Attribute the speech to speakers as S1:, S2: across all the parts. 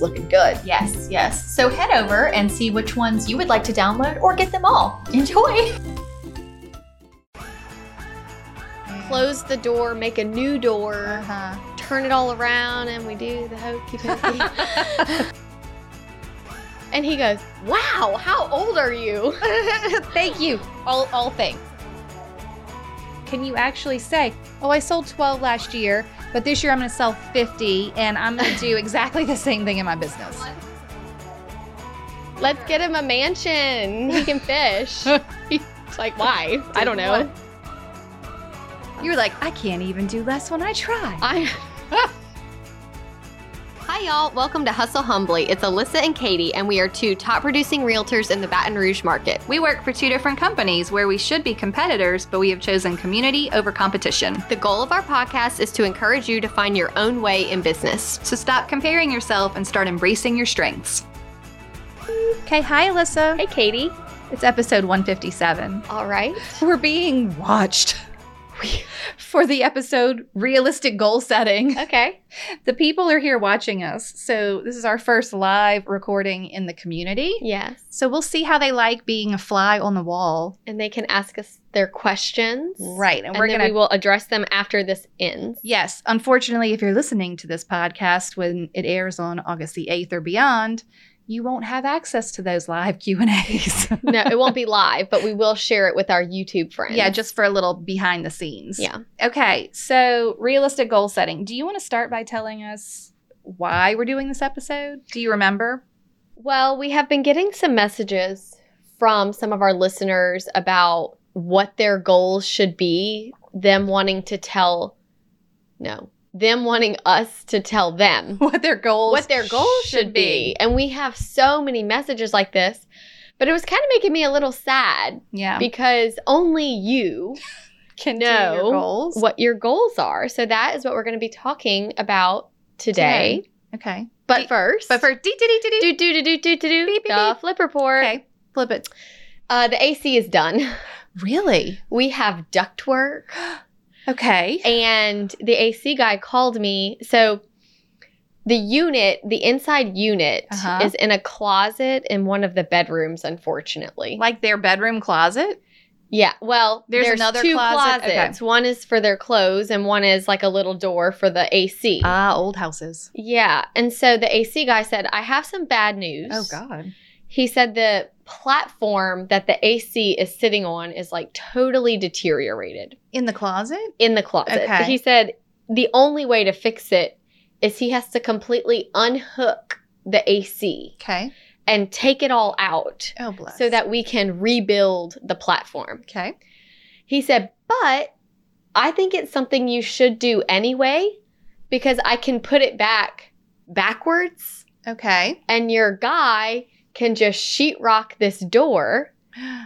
S1: looking good.
S2: Yes, yes. So head over and see which ones you would like to download or get them all. Enjoy.
S3: Close the door, make a new
S2: Uh-huh.
S3: door,
S1: Uh-huh.
S3: turn it all around, and we do the hokey pokey. and he goes, Wow, how old are you?
S4: Thank you. All, all things. Can you actually say, oh, I sold 12 last year, but this year I'm going to sell 50 and I'm going to do exactly the same thing in my business?
S3: Let's get him a mansion. He can fish. He's like, Why? I don't know.
S4: You're like, I can't even do less when I try.
S3: I. Hi, y'all. Welcome to Hustle Humbly. It's Alyssa and Katie, and we are two top producing realtors in the Baton Rouge market.
S5: We work for two different companies where we should be competitors, but we have chosen community over competition.
S3: The goal of our podcast is to encourage you to find your own way in business.
S5: So stop comparing yourself and start embracing your strengths.
S4: Okay, hi, Alyssa.
S3: Hey, Katie.
S4: It's episode 157.
S3: All right.
S4: We're being watched. For the episode Realistic Goal Setting.
S3: Okay.
S4: The people are here watching us. So, this is our first live recording in the community.
S3: Yes.
S4: So, we'll see how they like being a fly on the wall.
S3: And they can ask us their questions.
S4: Right. And,
S3: And,
S4: we're
S3: then
S4: going to.
S3: we will address them after this ends.
S4: Yes. Unfortunately, if you're listening to this podcast when it airs on August the 8th or beyond, you won't have access to those live Q&As.
S3: No, it won't be live, but we will share it with our YouTube friends.
S4: yeah, just for a little behind the scenes.
S3: Yeah.
S4: Okay. So, realistic goal setting. Do you want to start by telling us why we're doing this episode? Do you remember?
S3: Well, we have been getting some messages from some of our listeners about what their goals should be, them wanting to tell, no, them wanting us to tell them
S4: What their goals
S3: what their goals should be. And we have so many messages like this, but it was kind of making me a little sad
S4: Yeah.
S3: because only you
S4: can
S3: know
S4: your goals.
S3: what your goals are. So that is what we're going to be talking about today.
S4: Okay.
S3: But first,
S5: But for dee dee dee dee dee,
S3: do do do do do do do
S5: Beep, beep,
S3: the
S5: beep.
S3: flip report.
S4: Okay. Flip it.
S3: Uh, the AC is done.
S4: Really?
S3: We have ductwork,
S4: Okay.
S3: and the AC guy called me. So the unit, the inside unit,
S4: Uh-huh.
S3: is in a closet in one of the bedrooms. Unfortunately,
S4: like their bedroom closet.
S3: yeah. Well,
S4: There's another
S3: two
S4: closet? Okay.
S3: closets. One is for their clothes, and one is like a little door for the AC.
S4: Ah, old houses.
S3: Yeah. And so the AC guy said, I have some bad news.
S4: Oh God.
S3: He said the platform that the AC is sitting on is like totally deteriorated
S4: In the closet?
S3: in the closet.
S4: Okay.
S3: He said the only way to fix it is he has to completely unhook the AC
S4: Okay.
S3: and take it all out
S4: Oh bless.
S3: so that we can rebuild the platform.
S4: Okay.
S3: He said, but I think it's something you should do anyway because I can put it back backwards
S4: Okay.
S3: and your guy can just sheetrock this door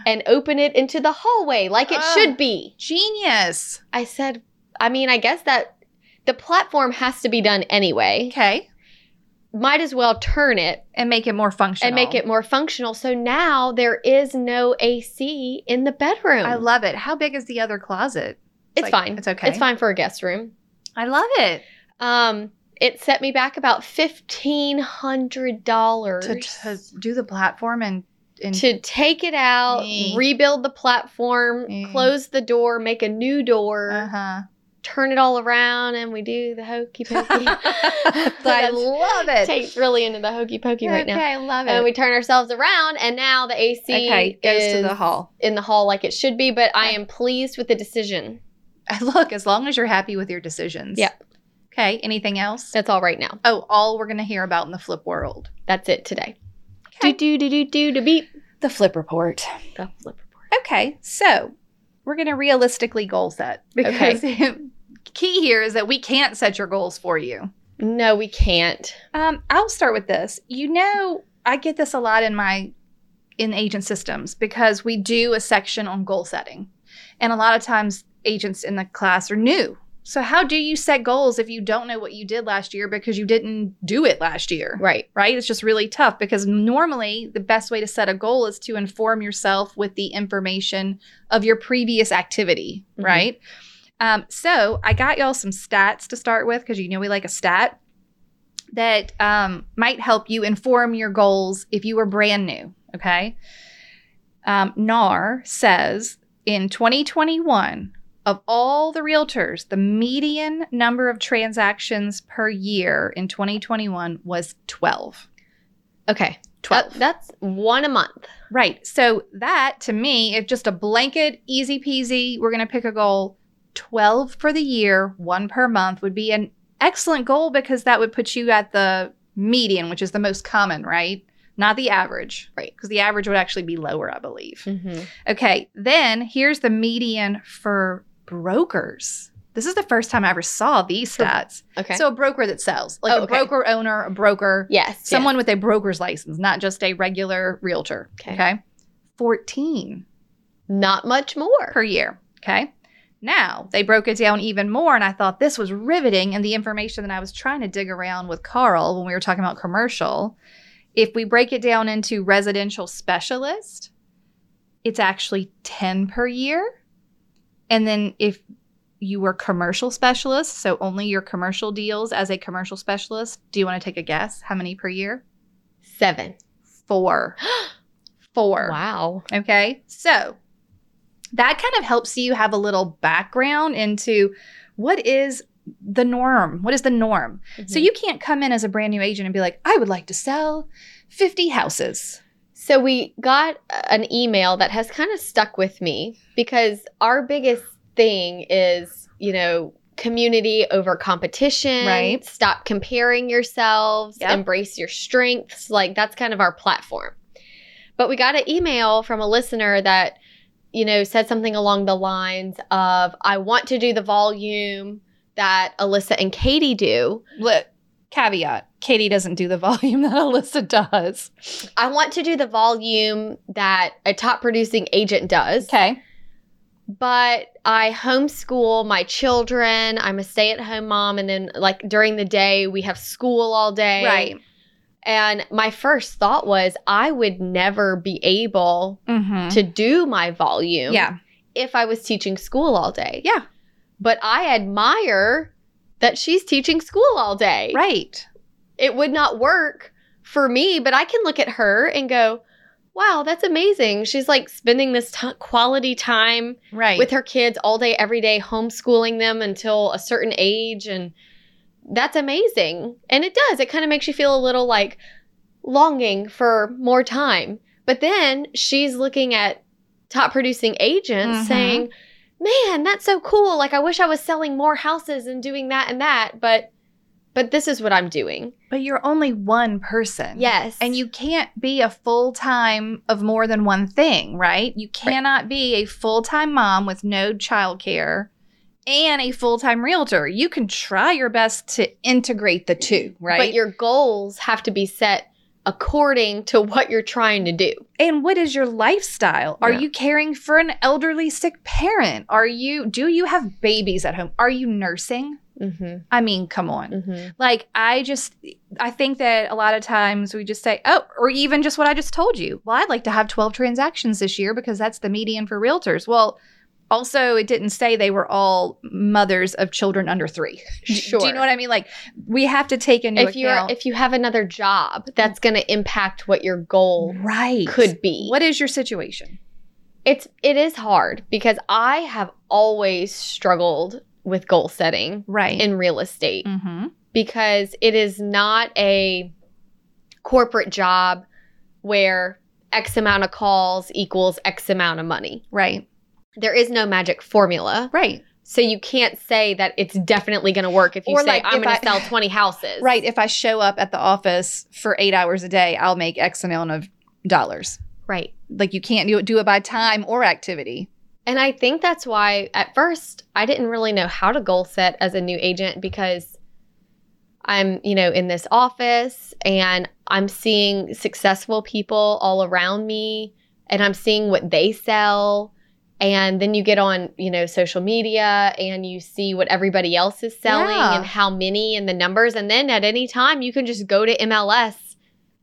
S3: and open it into the hallway like it
S4: Ugh.
S3: should be.
S4: Genius.
S3: I said, I mean, I guess that the platform has to be done anyway.
S4: Okay.
S3: Might as well turn it
S4: And make it more functional.
S3: and make it more functional. So now there is no AC in the bedroom.
S4: I love it. How big is the other closet?
S3: it's
S4: like-
S3: fine.
S4: It's okay.
S3: It's fine for a guest room.
S4: I love it.
S3: Um, it set me back about fifteen hundred dollars
S4: To, to do the platform and and
S3: to take it out,
S4: Mm.
S3: rebuild the platform,
S4: Mm.
S3: close the door, make a new door,
S4: uh-huh.
S3: turn it all around, and we do the hokey pokey.
S4: I love it.
S3: Tate's really into the hokey pokey right
S4: okay,
S3: now.
S4: I love it.
S3: And we turn ourselves around, and now the AC
S4: okay, goes
S3: is
S4: to the hall.
S3: in the hall like it should be. But I am pleased with the decision.
S4: Look, as long as you're happy with your decisions.
S3: Yep.
S4: Okay. Anything else?
S3: That's all right now.
S4: Oh, all we're gonna hear about in the flip world.
S3: That's it today.
S4: Okay.
S3: Do do do do do beep.
S4: The flip report.
S3: The flip report.
S4: Okay, so we're going to realistically goal set because key here is that we can't set your goals for you.
S3: No, we can't.
S4: Um, I'll start with this. You know, I get this a lot in my in agent systems because we do a section on goal setting. And a lot of times agents in the class are new. So how do you set goals if you don't know what you did last year because you didn't do it last year?
S3: Right.
S4: right? It's just really tough because normally the best way to set a goal is to inform yourself with the information of your previous activity,
S3: Mhm.
S4: right? Um, so I got y'all some stats to start with because you know we like a stat that um, might help you inform your goals if you were brand new, okay? Um, NAR says in 2021, of all the realtors, the median number of transactions per year in 2021 was 12.
S3: Okay.
S4: 12.
S3: That- that's one a month.
S4: Right. So that to me, if just a blanket, easy peasy, we're going to pick a goal 12 for the year, one per month would be an excellent goal because that would put you at the median, which is the most common, right? Not the average.
S3: Right.
S4: Because the average would actually be lower, I believe.
S3: Mm-hmm.
S4: Okay. Then here's the median for brokers. This is the first time I ever saw these
S3: For-
S4: stats.
S3: Okay.
S4: So a broker that sells, like
S3: Oh,
S4: a
S3: okay.
S4: broker owner, a broker,
S3: yes.
S4: someone with a broker's license, not just a regular realtor.
S3: Okay.
S4: okay? 14
S3: yes. Not much more.
S4: per year. Okay. Now they broke it down even more, and I thought this was riveting. And the information that I was trying to dig around with Carl when we were talking about commercial, if we break it down into residential specialist, it's actually 10 per year. And then if you were commercial specialist, so only your commercial deals as a commercial specialist, do you want to take a guess how many per year?
S3: Seven.
S4: Four. Four.
S3: Wow.
S4: Okay. So that kind of helps you have a little background into what is the norm? What is the norm? So
S3: Mhm.
S4: you can't come in as a brand new agent and be like, I would like to sell 50 houses.
S3: So we got an email that has kind of stuck with me because our biggest thing is, you know, community over competition.
S4: Right.
S3: Stop comparing yourselves,
S4: Yep.
S3: embrace your strengths. Like that's kind of our platform. But we got an email from a listener that, you know, said something along the lines of, I want to do the volume that Alyssa and Katie do.
S4: Look, caveat Katie doesn't do the volume that Alyssa does.
S3: I want to do the volume that a top producing agent does.
S4: Okay.
S3: but I homeschool my children. I'm a stay at home mom. And then, like, during the day, we have school all day.
S4: Right.
S3: And my first thought was, I would never be able
S4: Mm-hmm.
S3: to do my volume
S4: Yeah.
S3: if I was teaching school all day.
S4: Yeah.
S3: But I admire that she's teaching school all day.
S4: Right.
S3: It would not work for me, but I can look at her and go, wow, that's amazing. She's like spending this t- quality time
S4: Right.
S3: with her kids all day, every day, homeschooling them until a certain age. And that's amazing. And it does, it kind of makes you feel a little like longing for more time. But then she's looking at top producing agents
S4: Mhm.
S3: saying, man, that's so cool. Like, I wish I was selling more houses and doing that and that. But but this is what I'm doing.
S4: but you're only one person.
S3: Yes.
S4: And you can't be a full time of more than one thing, right? You cannot be a full time mom with no childcare and a full time realtor. You can try your best to integrate the two,
S3: but
S4: right?
S3: your goals have to be set according to what you're trying to do.
S4: and what is your lifestyle? Are
S3: Yeah.
S4: you caring for an elderly sick parent? Are you do you have babies at home? Are you nursing?
S3: Mm-hmm.
S4: I mean, come on.
S3: Mm-hmm.
S4: Like I just I think that a lot of times we just say, "Oh," or even just what I just told you. Well, I'd like to have 12 transactions this year because that's the median for realtors. Well, also it didn't say they were all mothers of children under 3. Do-
S3: Sure.
S4: Do you know what I mean? Like we have to take into
S3: if you're
S4: account
S3: if you have another job that's going to impact what your goal
S4: right
S3: could be
S4: What is your situation?
S3: it's it is hard because i have always struggled with goal setting
S4: Right.
S3: in real estate
S4: mm-hmm.
S3: because it is not a corporate job where x amount of calls equals x amount of money
S4: Right.
S3: there is no magic formula
S4: Right.
S3: so you can't say that it's definitely going to work if you
S4: Or
S3: say
S4: like
S3: i'm
S4: if
S3: going
S4: I-
S3: to sell 20 houses
S4: Right. If I show up at the office for 8 hours a day, I'll make X amount of dollars.
S3: right
S4: Like you can't do it do it by time or activity.
S3: And I think that's why at first I didn't really know how to goal set as a new agent because I'm, you know, in this office and I'm seeing successful people all around me and I'm seeing what they sell. And then you get on, you know, social media and you see what everybody else is selling
S1: Yeah.
S3: and how many and the numbers. And then at any time, you can just go to MLS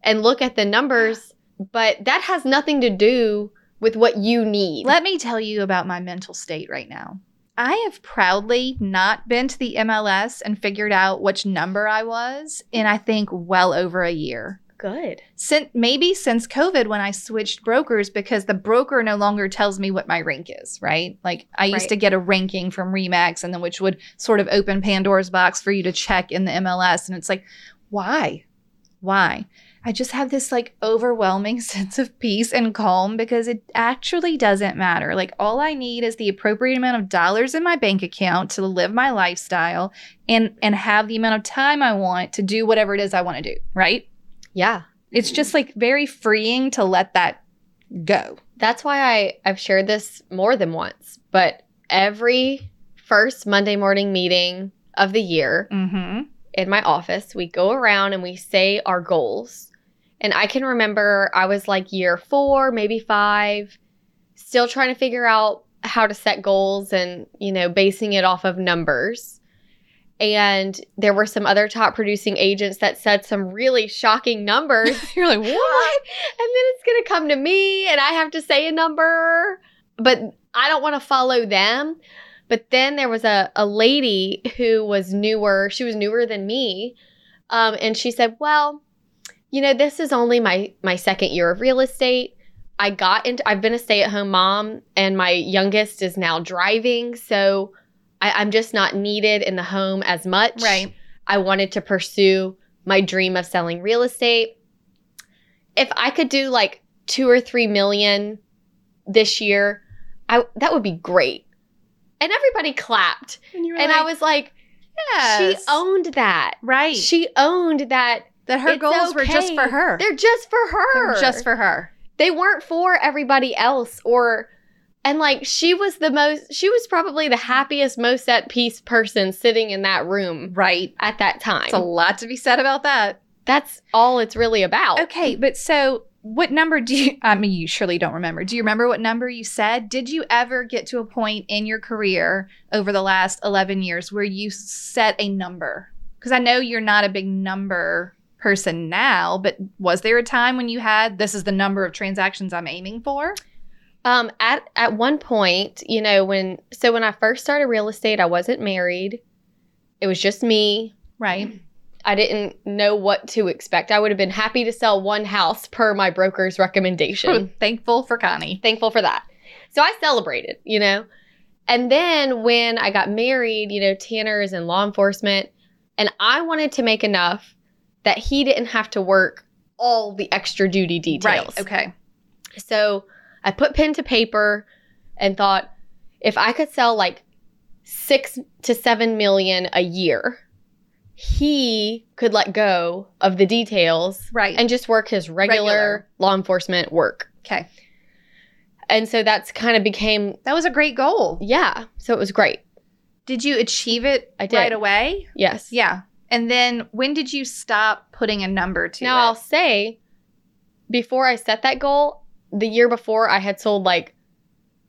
S3: and look at the numbers. But that has nothing to do with what you need.
S4: Let me tell you about my mental state right now. I have proudly not been to the MLS and figured out which number I was in, I think, well over a year.
S3: Good.
S4: Since maybe since COVID when I switched brokers because the broker no longer tells me what my rank is, right? Like I used
S3: Right.
S4: to get a ranking from Remax and then which would sort of open Pandora's box for you to check in the MLS and it's like, why? Why? I just have this like overwhelming sense of peace and calm because it actually doesn't matter. Like, all I need is the appropriate amount of dollars in my bank account to live my lifestyle and, and have the amount of time I want to do whatever it is I want to do, right?
S3: Yeah.
S4: It's just like very freeing to let that go.
S3: That's why I, I've shared this more than once, but every first Monday morning meeting of the year
S4: Mm-hmm.
S3: in my office, we go around and we say our goals. And I can remember I was like year four, maybe five, still trying to figure out how to set goals and, you know, basing it off of numbers. And there were some other top producing agents that said some really shocking numbers.
S4: You're like,
S3: what? And then it's going to come to me and I have to say a number, but I don't want to follow them. But then there was a, a lady who was newer. She was newer than me. Um, and she said, well, you know, this is only my, my second year of real estate. I got into, I've been a stay at home mom and my youngest is now driving. So I, I'm just not needed in the home as much.
S4: Right.
S3: I wanted to pursue my dream of selling real estate. If I could do like two or three million this year, I that would be great. And everybody clapped.
S4: And,
S3: and I was like, she owned that.
S4: right.
S3: She owned that.
S4: that her
S3: It's
S4: goals were just
S3: okay.
S4: for her.
S3: They're just for her.
S4: They're just for her.
S3: they weren't for everybody else or and like she was the most she was probably the happiest, most at peace person sitting in that room
S4: Right.
S3: at that time.
S4: It's a lot to be said about that.
S3: That's all it's really about.
S4: Okay, but so what number do you? I mean, you surely don't remember. Do you remember what number you said? Did you ever get to a point in your career over the last 11 years where you set a number? Because I know you're not a big number person now, but was there a time when you had this is the number of transactions I'm aiming for?
S3: Um, at at one point, you know, when so when I first started real estate, I wasn't married. It was just me.
S4: Right.
S3: I didn't know what to expect. I would have been happy to sell one house per my broker's recommendation
S4: Thankful for Connie.
S3: thankful for that. So I celebrated, you know. And then when I got married, you know, Tanner is in law enforcement, and I wanted to make enough that he didn't have to work all the extra duty details.
S4: Right. Okay.
S3: So I put pen to paper and thought if I could sell like six to seven million a year, he could let go of the details
S4: Right.
S3: and just work his regular.
S4: Regular.
S3: law enforcement work.
S4: okay.
S3: And so that's kind of became,
S4: That was a great goal.
S3: yeah. So it was great.
S4: Did you achieve it
S3: I did.
S4: right away?
S3: Yes.
S4: Yeah. And then when did you stop putting a number to
S3: Now
S4: it?
S3: I'll say, before I set that goal, the year before I had sold like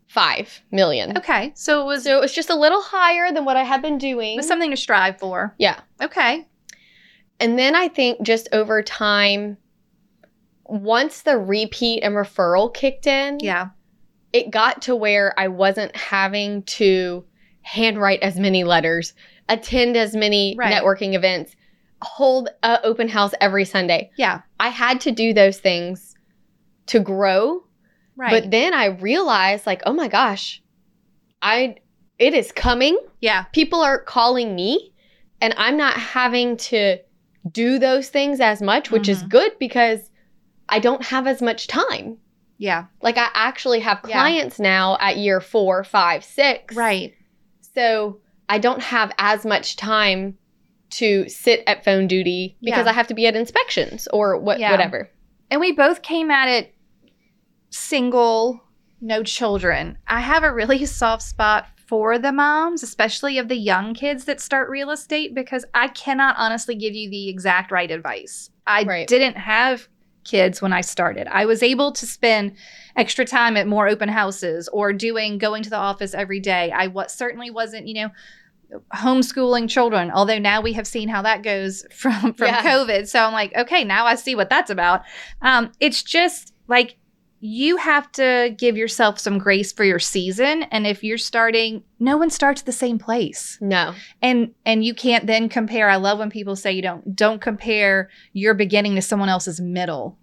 S3: five million.
S4: Okay, so it was,
S3: So it was just a little higher than what I had been doing.
S4: it was something to strive for.
S3: yeah.
S4: Okay,
S3: And then I think just over time, once the repeat and referral kicked in,
S4: yeah,
S3: it got to where I wasn't having to handwrite as many letters, attend as many
S4: Right.
S3: networking events, hold an open house every Sunday.
S4: yeah,
S3: I had to do those things to grow.
S4: right,
S3: But then I realized, like, oh my gosh, I it is coming.
S4: yeah,
S3: People are calling me, and I'm not having to do those things as much, which is
S4: Mhm.
S3: good because I don't have as much time.
S4: yeah,
S3: Like I actually have
S4: Yeah.
S3: clients now at year four, five, six.
S4: right,
S3: So I don't have as much time to sit at phone duty because
S4: Yeah.
S3: I have to be at inspections or what,
S4: Yeah.
S3: whatever.
S4: and we both came at it single, no children. I have a really soft spot for the moms, especially of the young kids that start real estate, because I cannot honestly give you the exact right advice. I
S3: Right.
S4: didn't have kids when I started. I was able to spend extra time at more open houses or doing going to the office every day. I wa certainly wasn't, you know, homeschooling children, although now we have seen how that goes from from
S3: Yeah.
S4: COVID. So I'm like, okay, now I see what that's about. Um, it's just like you have to give yourself some grace for your season and if you're starting no one starts at the same place
S3: No.
S4: and and you can't then compare i love when people say you don't don't compare your beginning to someone else's middle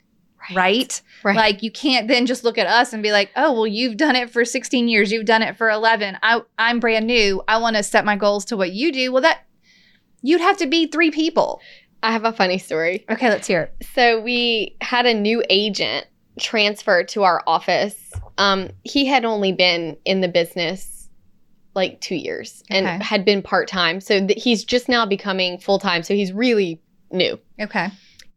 S4: right,
S3: Right.
S4: like you can't then just look at us and be like oh well you've done it for 16 years you've done it for 11 i i'm brand new i want to set my goals to what you do well that you'd have to be three people
S3: I have a funny story.
S4: okay let's hear it
S3: So we had a new agent transfer to our office. Um, he had only been in the business like two years and
S4: Okay.
S3: had been part time. So th- he's just now becoming full time. So he's really new.
S4: okay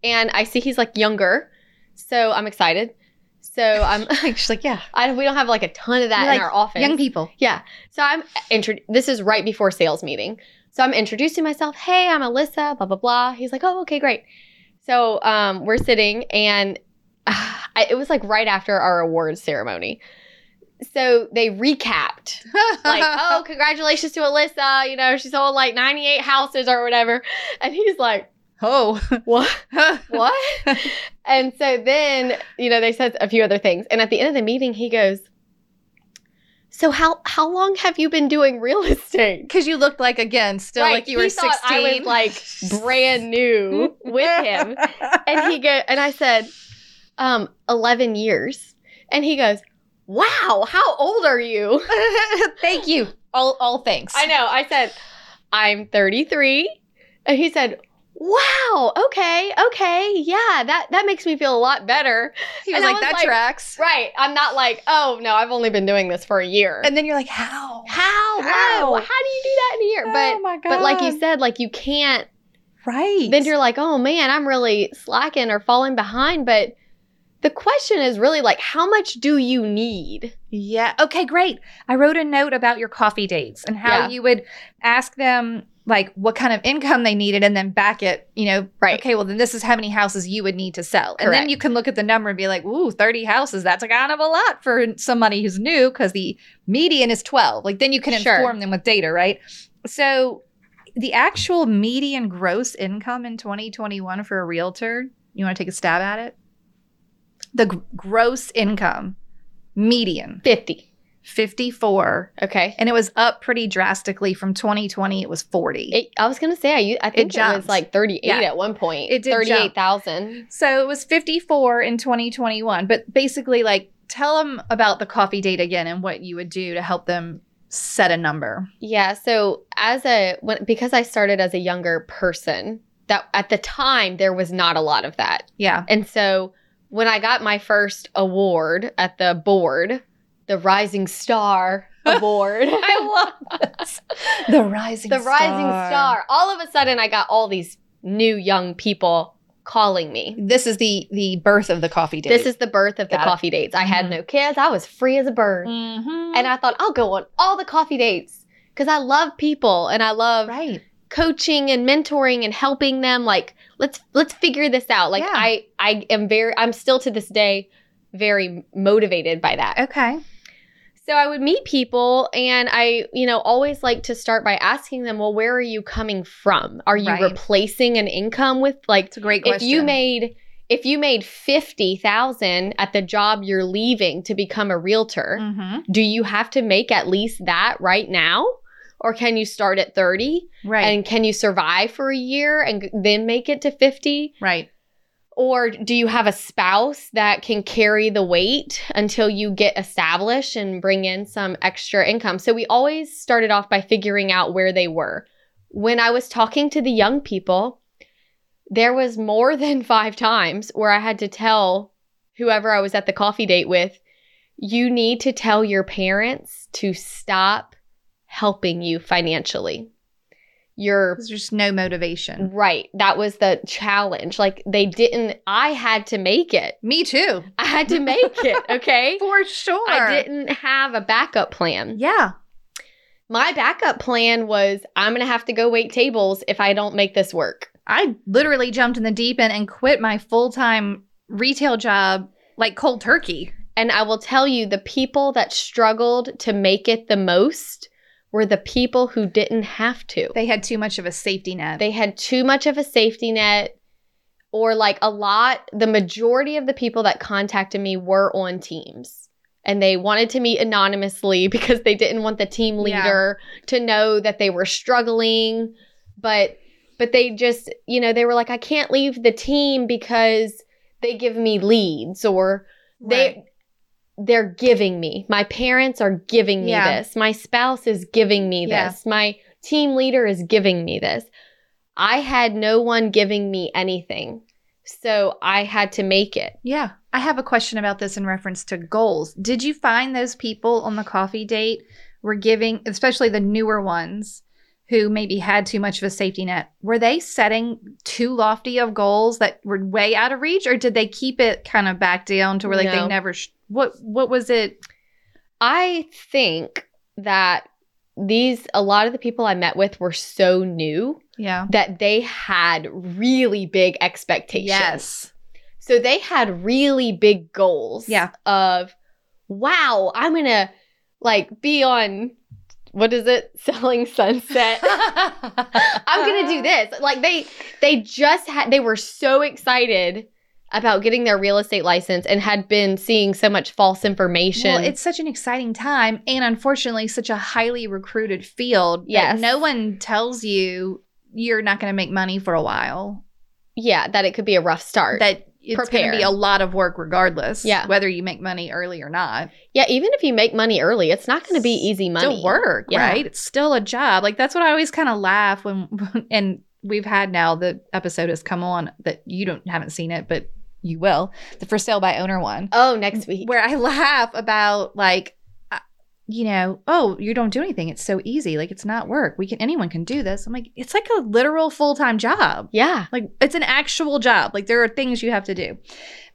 S3: And I see he's like younger. So I'm excited. So I'm just like, yeah, I, we don't have like a ton of that
S4: You're
S3: in our
S4: like,
S3: office.
S4: young people
S3: Yeah. So I'm intro- this is right before sales meeting. So I'm introducing myself. Hey, I'm Alyssa, blah, blah, blah. He's like, oh, okay, great. So um, we're sitting and uh, I, it was like right after our awards ceremony. So they recapped like, oh, congratulations to Alyssa. You know, she sold like 98 houses or whatever. And he's like,
S4: oh
S3: what? what? and so then, you know, they said a few other things. And at the end of the meeting, he goes, So how how long have you been doing real estate?
S4: because you looked like again still
S3: Right,
S4: like you
S3: he
S4: were
S3: thought
S4: 16
S3: I was like brand new with him. And he go and I said, um, eleven years. And he goes, Wow, how old are you?
S4: thank you all all thanks
S3: I know. I said, I'm 33. And he said, Wow, okay, okay, yeah, that, that makes me feel a lot better.
S4: He was
S3: And I was
S4: like, that
S3: like-
S4: tracks.
S3: Right. I'm not like, oh no, I've only been doing this for a year.
S4: And then you're like, how?
S3: how?
S4: How?
S3: Wow, how Oh do you do that in a year? But
S4: my God.
S3: but like you said, like you can't
S4: right.
S3: then you're like, oh man, I'm really slacking or falling behind. But the question is really like, how much do you need?
S4: yeah. Okay, great. I wrote a note about your coffee dates and how
S3: Yeah.
S4: you would ask them like what kind of income they needed and then back it, you know,
S3: Right.
S4: okay, well then this is how many houses you would need to sell. And then
S3: Correct.
S4: you can look at the number and be like, ooh, 30 houses, that's a kind of a lot for somebody who's new because the median is 12. Like then you can
S3: Sure.
S4: inform them with data, right? So the actual median gross income in 2021 for a realtor, you want to take a stab at it? The gr- gross income median
S3: 50.
S4: 54
S3: Okay.
S4: and it was up pretty drastically from 2020 it was 40.
S3: It, I was gonna say I, u- I think it, was
S4: jumped.
S3: like 38
S4: Yeah.
S3: at one point.
S4: It did jump.
S3: 38,000.
S4: so it was 54 in 2021, but basically like tell them about the coffee date again and what you would do to help them set a number.
S3: Yeah, so as a when because I started as a younger person, that at the time there was not a lot of that.
S4: Yeah.
S3: And so when I got my first award at the board, the Rising Star award. I love
S4: The rising
S3: the Rising Star. All of a sudden I got all these new young people calling me.
S4: This is the the birth of the coffee date.
S3: This is the birth of the
S4: Got it.
S3: coffee dates. I had
S4: Mhm.
S3: no kids. I was free as a bird.
S4: Mhm.
S3: And I thought I'll go on all the coffee dates cuz I love people and I love
S4: right.
S3: coaching and mentoring and helping them like let's let's figure this out like
S4: Yeah.
S3: i i am very i'm still to this day very motivated by that
S4: Okay.
S3: so i would meet people and i you know always like to start by asking them well where are you coming from are you
S4: Right.
S3: replacing an income with like
S4: It's a great
S3: if
S4: question.
S3: you made if you made 50,000 at the job you're leaving to become a realtor
S4: Mhm.
S3: do you have to make at least that right now or can you start at 30
S4: Right.
S3: and can you survive for a year and g- then make it to 50?
S4: right.
S3: Or do you have a spouse that can carry the weight until you get established and bring in some extra income? So we always started off by figuring out where they were. When I was talking to the young people, there was more than five times where I had to tell whoever I was at the coffee date with, you need to tell your parents to stop helping you financially. Your
S4: There's just no motivation.
S3: Right. That was the challenge. Like they didn't I had to make it.
S4: Me too.
S3: I had to make it, okay?
S4: For sure.
S3: I didn't have a backup plan.
S4: Yeah.
S3: My backup plan was I'm going to have to go wait tables if I don't make this work.
S4: I literally jumped in the deep end and quit my full time retail job like cold turkey.
S3: And I will tell you, the people that struggled to make it the most were the people who didn't have to.
S4: They had too much of a safety net.
S3: They had too much of a safety net, or like a lot, the majority of the people that contacted me were on teams. And they wanted to meet anonymously because they didn't want the team
S4: Yeah.
S3: leader to know that they were struggling. But but they just, you know, they were like, I can't leave the team because they give me leads or they they're giving me. My parents are giving me
S4: Yeah.
S3: this. My spouse is giving me
S4: Yeah.
S3: this. My team leader is giving me this. I had no one giving me anything. So I had to make it.
S4: Yeah. I have a question about this in reference to goals. Did you find those people on the coffee date were giving, especially the newer ones who maybe had too much of a safety net, were they setting too lofty of goals that were way out of reach or did they keep it kind of back down to where like
S3: No.
S4: they never sh- what what was it?
S3: I think that these a lot of the people I met with were so new
S4: Yeah.
S3: that they had really big expectations.
S4: Yes.
S3: So they had really big goals.
S4: Yeah.
S3: Of, wow, I'm gonna like be on what is it? Selling sunset. I'm gonna do this. Like they they just had they were so excited about getting their real estate license and had been seeing so much false information.
S4: Well, it's such an exciting time and unfortunately such a highly recruited field. that
S3: Yes.
S4: No one tells you you're not going to make money for a while.
S3: yeah, that it could be a rough start.
S4: That it's going
S3: Prepare.
S4: to be a lot of work regardless.
S3: Yeah.
S4: Whether you make money early or not.
S3: yeah, even if you make money early, it's not gonna be easy money.
S4: Still work,
S3: Yeah.
S4: right? It's still a job. Like that's what I always kind of laugh when and we've had now the episode has come on that you don't haven't seen it, but you will. The for sale by owner one.
S3: Oh, next week.
S4: where I laugh about like, uh, you know, oh, you don't do anything. It's so easy. Like it's not work. We can anyone can do this. I'm like, it's like a literal full time job.
S3: Yeah.
S4: Like it's an actual job. Like there are things you have to do.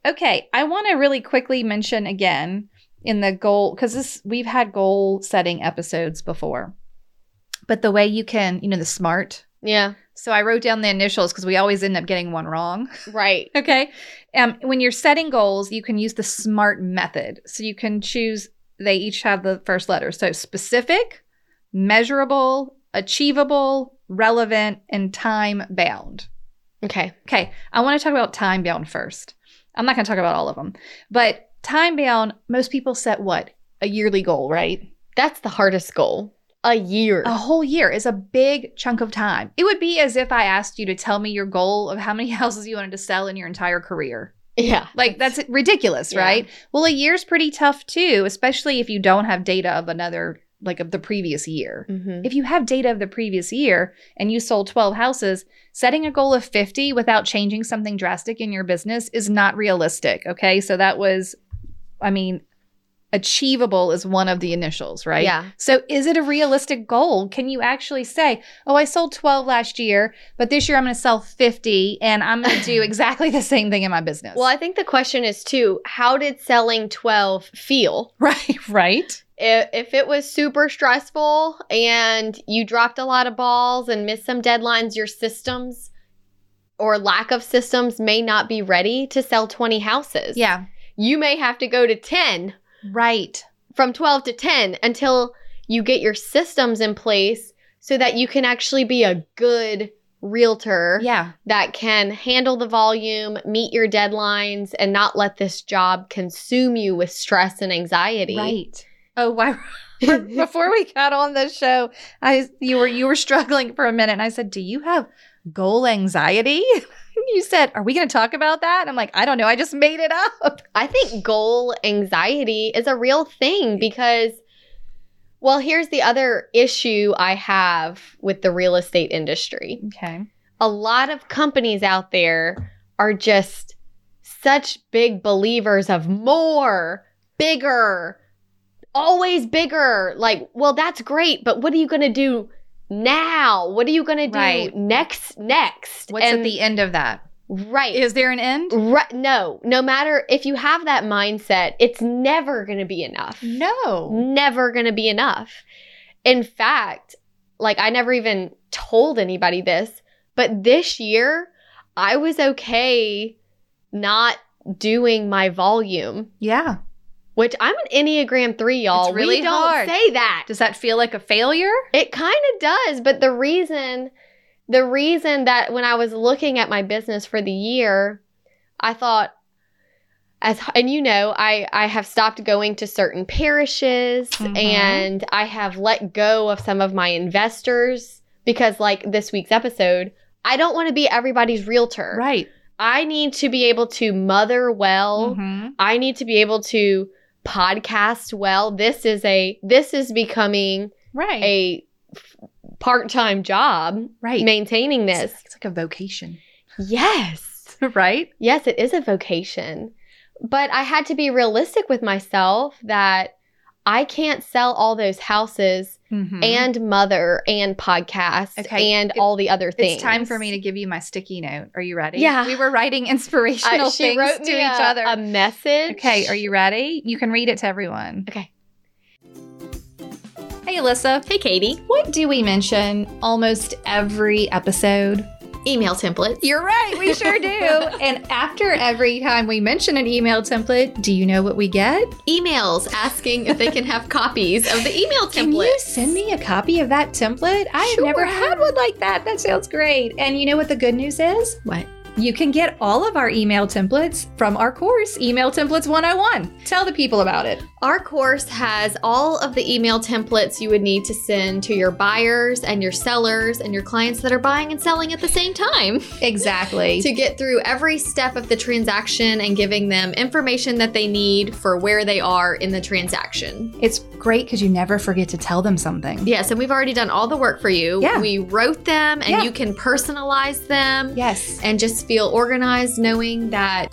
S4: Okay, I want to really quickly mention again in the goal because this we've had goal setting episodes before, but the way you can, you know, the smart.
S3: Yeah.
S4: So I wrote down the initials because we always end up getting one wrong.
S3: Right.
S4: Okay. Um, when you're setting goals, you can use the SMART method. So you can choose, they each have the first letter. So specific, measurable, achievable, relevant, and time bound.
S3: Okay.
S4: Okay. I want to talk about time bound first. I'm not going to talk about all of them, but time bound, most people set what? A yearly goal, right?
S3: That's the hardest goal. A year.
S4: A whole year is a big chunk of time. It would be as if I asked you to tell me your goal of how many houses you wanted to sell in your entire career.
S3: Yeah.
S4: Like that's ridiculous,
S3: Yeah.
S4: right? Well, a year's pretty tough too, especially if you don't have data of another like of the previous year.
S3: Mm-hmm.
S4: If you have data of the previous year and you sold 12 houses, setting a goal of 50 without changing something drastic in your business is not realistic, okay? So that was I mean, achievable is one of the initials, right?
S3: Yeah.
S4: So is it a realistic goal? Can you actually say, "Oh, I sold 12 last year, but this year I'm going to sell 50 and I'm going to do exactly the same thing in my business."
S3: Well, I think the question is too how did selling 12 feel?
S4: Right, right.
S3: I- If it was super stressful and you dropped a lot of balls and missed some deadlines, your systems or lack of systems may not be ready to sell 20 houses.
S4: Yeah,
S3: You may have to go to 10
S4: right.
S3: from 12 to 10 until you get your systems in place so that you can actually be a good realtor
S4: Yeah,
S3: that can handle the volume, meet your deadlines, and not let this job consume you with stress and anxiety.
S4: right. Oh, why? Before we got on the show, I you were you were struggling for a minute, and I said, "Do you have goal anxiety?" you said, "Are we going to talk about that?" And I'm like, "I don't know. I just made it up."
S3: I think goal anxiety is a real thing because, well, here's the other issue I have with the real estate industry.
S4: Okay.
S3: a lot of companies out there are just such big believers of more, bigger, always bigger. Like, well, that's great, but what are you going to do now? What are you going to do
S4: Right.
S3: next? Next?
S4: What's at the end of that?
S3: right?
S4: Is there an end?
S3: right? No, no matter if you have that mindset, it's never going to be enough
S4: No.
S3: never going to be enough. In fact, like I never even told anybody this, but this year I was okay not doing my volume,
S5: Yeah.
S3: which I'm an Enneagram 3, y'all.
S5: It's really
S3: we don't
S5: hard.
S3: say that.
S5: Does that feel like a failure?
S3: It kind of does, but the reason the reason that when I was looking at my business for the year, I thought as and you know, I I have stopped going to certain parishes
S5: Mhm.
S3: and I have let go of some of my investors because like this week's episode, I don't want to be everybody's realtor.
S5: Right.
S3: I need to be able to mother well.
S4: Mm-hmm.
S5: Mhm.
S3: I need to be able to podcast well. This is a this is becoming
S5: Right.
S3: a f- part-time job
S5: right.
S3: maintaining this.
S5: It's like a vocation.
S3: Yes.
S5: right?
S3: Yes, it is a vocation. But I had to be realistic with myself that I can't sell all those houses
S5: Mm-hmm.
S3: and mother and podcast
S4: Okay,
S3: and
S4: it-
S3: all the other things.
S4: It's time for me to give you my sticky note. Are you ready?
S3: Yeah.
S4: We were writing
S3: I-
S4: inspirational
S3: she
S4: things
S3: wrote
S4: to
S3: me
S4: each
S3: a,
S4: other.
S3: a message.
S4: okay, are you ready? You can read it to everyone.
S3: Okay.
S5: Hey, Alyssa. Hey, Katie. What do we mention almost every episode?
S3: Email templates.
S5: You're right, we sure do. and after every time we mention an email template, do you know what we get?
S3: E-, emails asking if they can have copies of the email templates.
S5: Can you send me a copy of that template? I have never
S3: Sure.
S5: had one like that. That sounds great. And you know what the good news is?
S3: What?
S5: You can get all of our email templates from our course, Email Templates 101. Tell the people about it.
S3: Our course has all of the email templates you would need to send to your buyers and your sellers and your clients that are buying and selling at the same time
S5: Exactly.
S3: to get through every step of the transaction and giving them information that they need for where they are in the transaction.
S5: it's great because you never forget to tell them something.
S3: Yes, and we've already done all the work for you.
S5: Yeah.
S3: We wrote them and
S5: Yeah.
S3: you can personalize them
S5: Yes.
S3: and just feel organized knowing that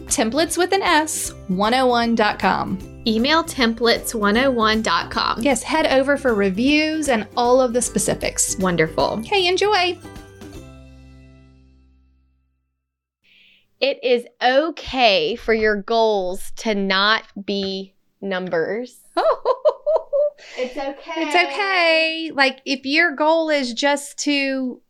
S5: templates with an S 101.com.
S3: Emailtemplates101.com.
S5: Yes, head over for reviews and all of the specifics.
S3: Wonderful.
S5: Okay, enjoy.
S3: It is okay for your goals to not be numbers. It's okay.
S4: It's okay. Like if your goal is just to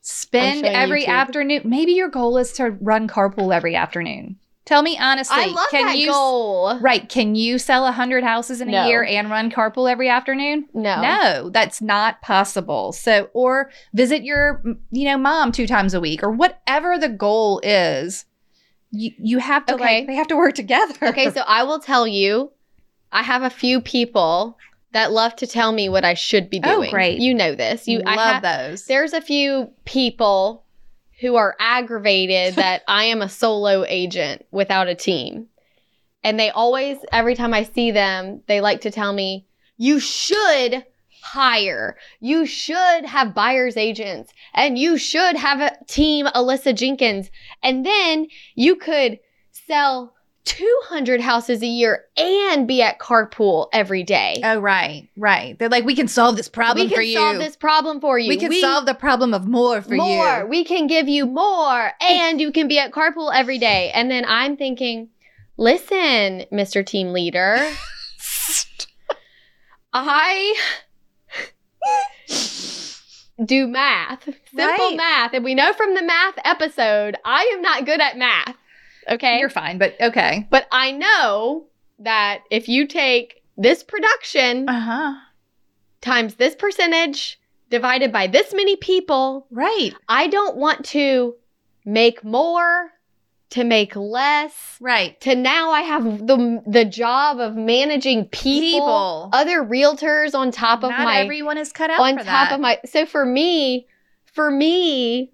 S4: spend
S3: showing
S4: every
S3: YouTube.
S4: afternoon, maybe your goal is to run carpool every afternoon. Tell me honestly,
S3: I love
S4: can
S3: that
S4: you
S3: goal.
S4: right? Can you sell a hundred houses in
S3: No.
S4: a year and run carpool every afternoon?
S3: No.
S4: No, that's not possible. So, or visit your, m- you know, mom two times a week, or whatever the goal is. You you have to
S3: Okay.
S4: like they have to work together.
S3: Okay, so I will tell you, I have a few people that love to tell me what I should be
S4: Oh,
S3: doing.
S4: great.
S3: You know this. You
S4: love
S3: I have
S4: those.
S3: there's a few people who are aggravated that I am a solo agent without a team. And they always, every time I see them, they like to tell me, you should hire, you should have buyer's agents, and you should have a team Alyssa Jenkins. And then you could sell 200 houses a year and be at carpool every day.
S4: Oh right, right. They're like we can solve this problem
S3: we can
S4: for you.
S3: solve this problem for you.
S4: we can solve the problem of more for
S3: more.
S4: you.
S3: We can give you more, and you can be at carpool every day. And then I'm thinking, listen, Mr. Team Leader, I do math, simple
S4: Right.
S3: math, and we know from the math episode, I am not good at math. Okay,
S4: You're fine, but okay.
S3: but I know that if you take this production
S4: Uh huh.
S3: times this percentage divided by this many people
S4: Right,
S3: I don't want to make more to make less
S4: right.
S3: to now I have the the job of managing people,
S4: People.
S3: other realtors on top of
S4: Not
S3: my
S4: everyone is cut out
S3: on
S4: for
S3: top
S4: that.
S3: of my so for me for me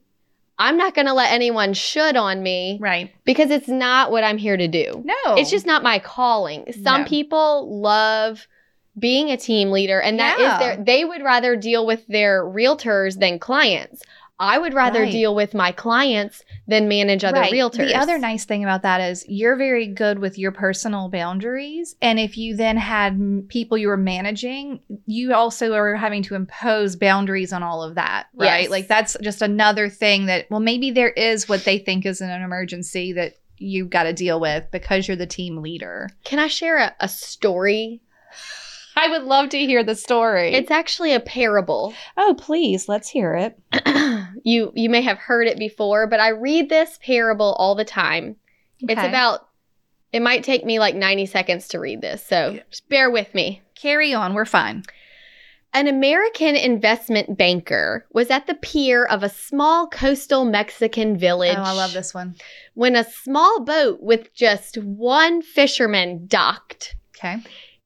S3: I'm not going to let anyone should on me
S4: right.
S3: because it's not what I'm here to do.
S4: No,
S3: It's just not my calling. Some
S4: No.
S3: people love being a team leader and that is
S4: Yeah.
S3: their they would rather deal with their realtors than clients. I would rather
S4: Right.
S3: deal with my clients than manage other
S4: Right.
S3: realtors.
S4: The other nice thing about that is you're very good with your personal boundaries. And if you then had m- people you were managing, you also are having to impose boundaries on all of that, right?
S3: Yes.
S4: Like that's just another thing that, well, maybe there is what they think is an emergency that you've got to deal with because you're the team leader.
S3: Can I share a, a story?
S5: I would love to hear the story.
S3: It's actually a parable.
S5: oh, please, let's hear it.
S3: you you may have heard it before, but I read this parable all the time. It's
S4: Okay.
S3: about it might take me like 90 seconds to read this, so just bear with me.
S4: Carry on. We're fine.
S3: An American investment banker was at the pier of a small coastal Mexican village
S4: Oh, I love this one.
S3: when a small boat with just one fisherman docked.
S4: Okay.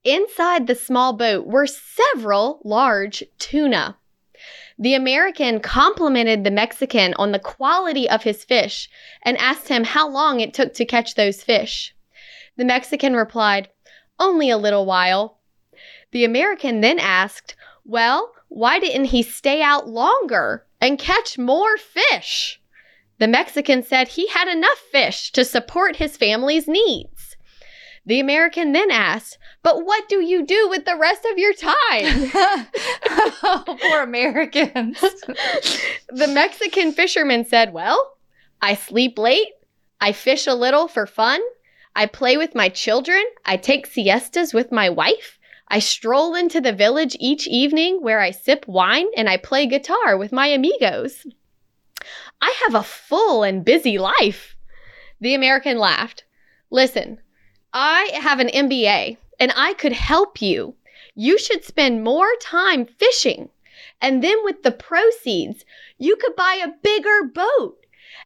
S3: Inside the small boat were several large tuna. The American complimented the Mexican on the quality of his fish and asked him how long it took to catch those fish. The Mexican replied, Only a little while. The American then asked, Well, why didn't he stay out longer and catch more fish? The Mexican said he had enough fish to support his family's needs. The American then asked, But what do you do with the rest of your time?
S4: oh, poor Americans.
S3: the Mexican fisherman said, Well, I sleep late. I fish a little for fun. I play with my children. I take siestas with my wife. I stroll into the village each evening where I sip wine and I play guitar with my amigos. I have a full and busy life. The American laughed. Listen, I have an MBA and I could help you. You should spend more time fishing. And then with the proceeds, you could buy a bigger boat.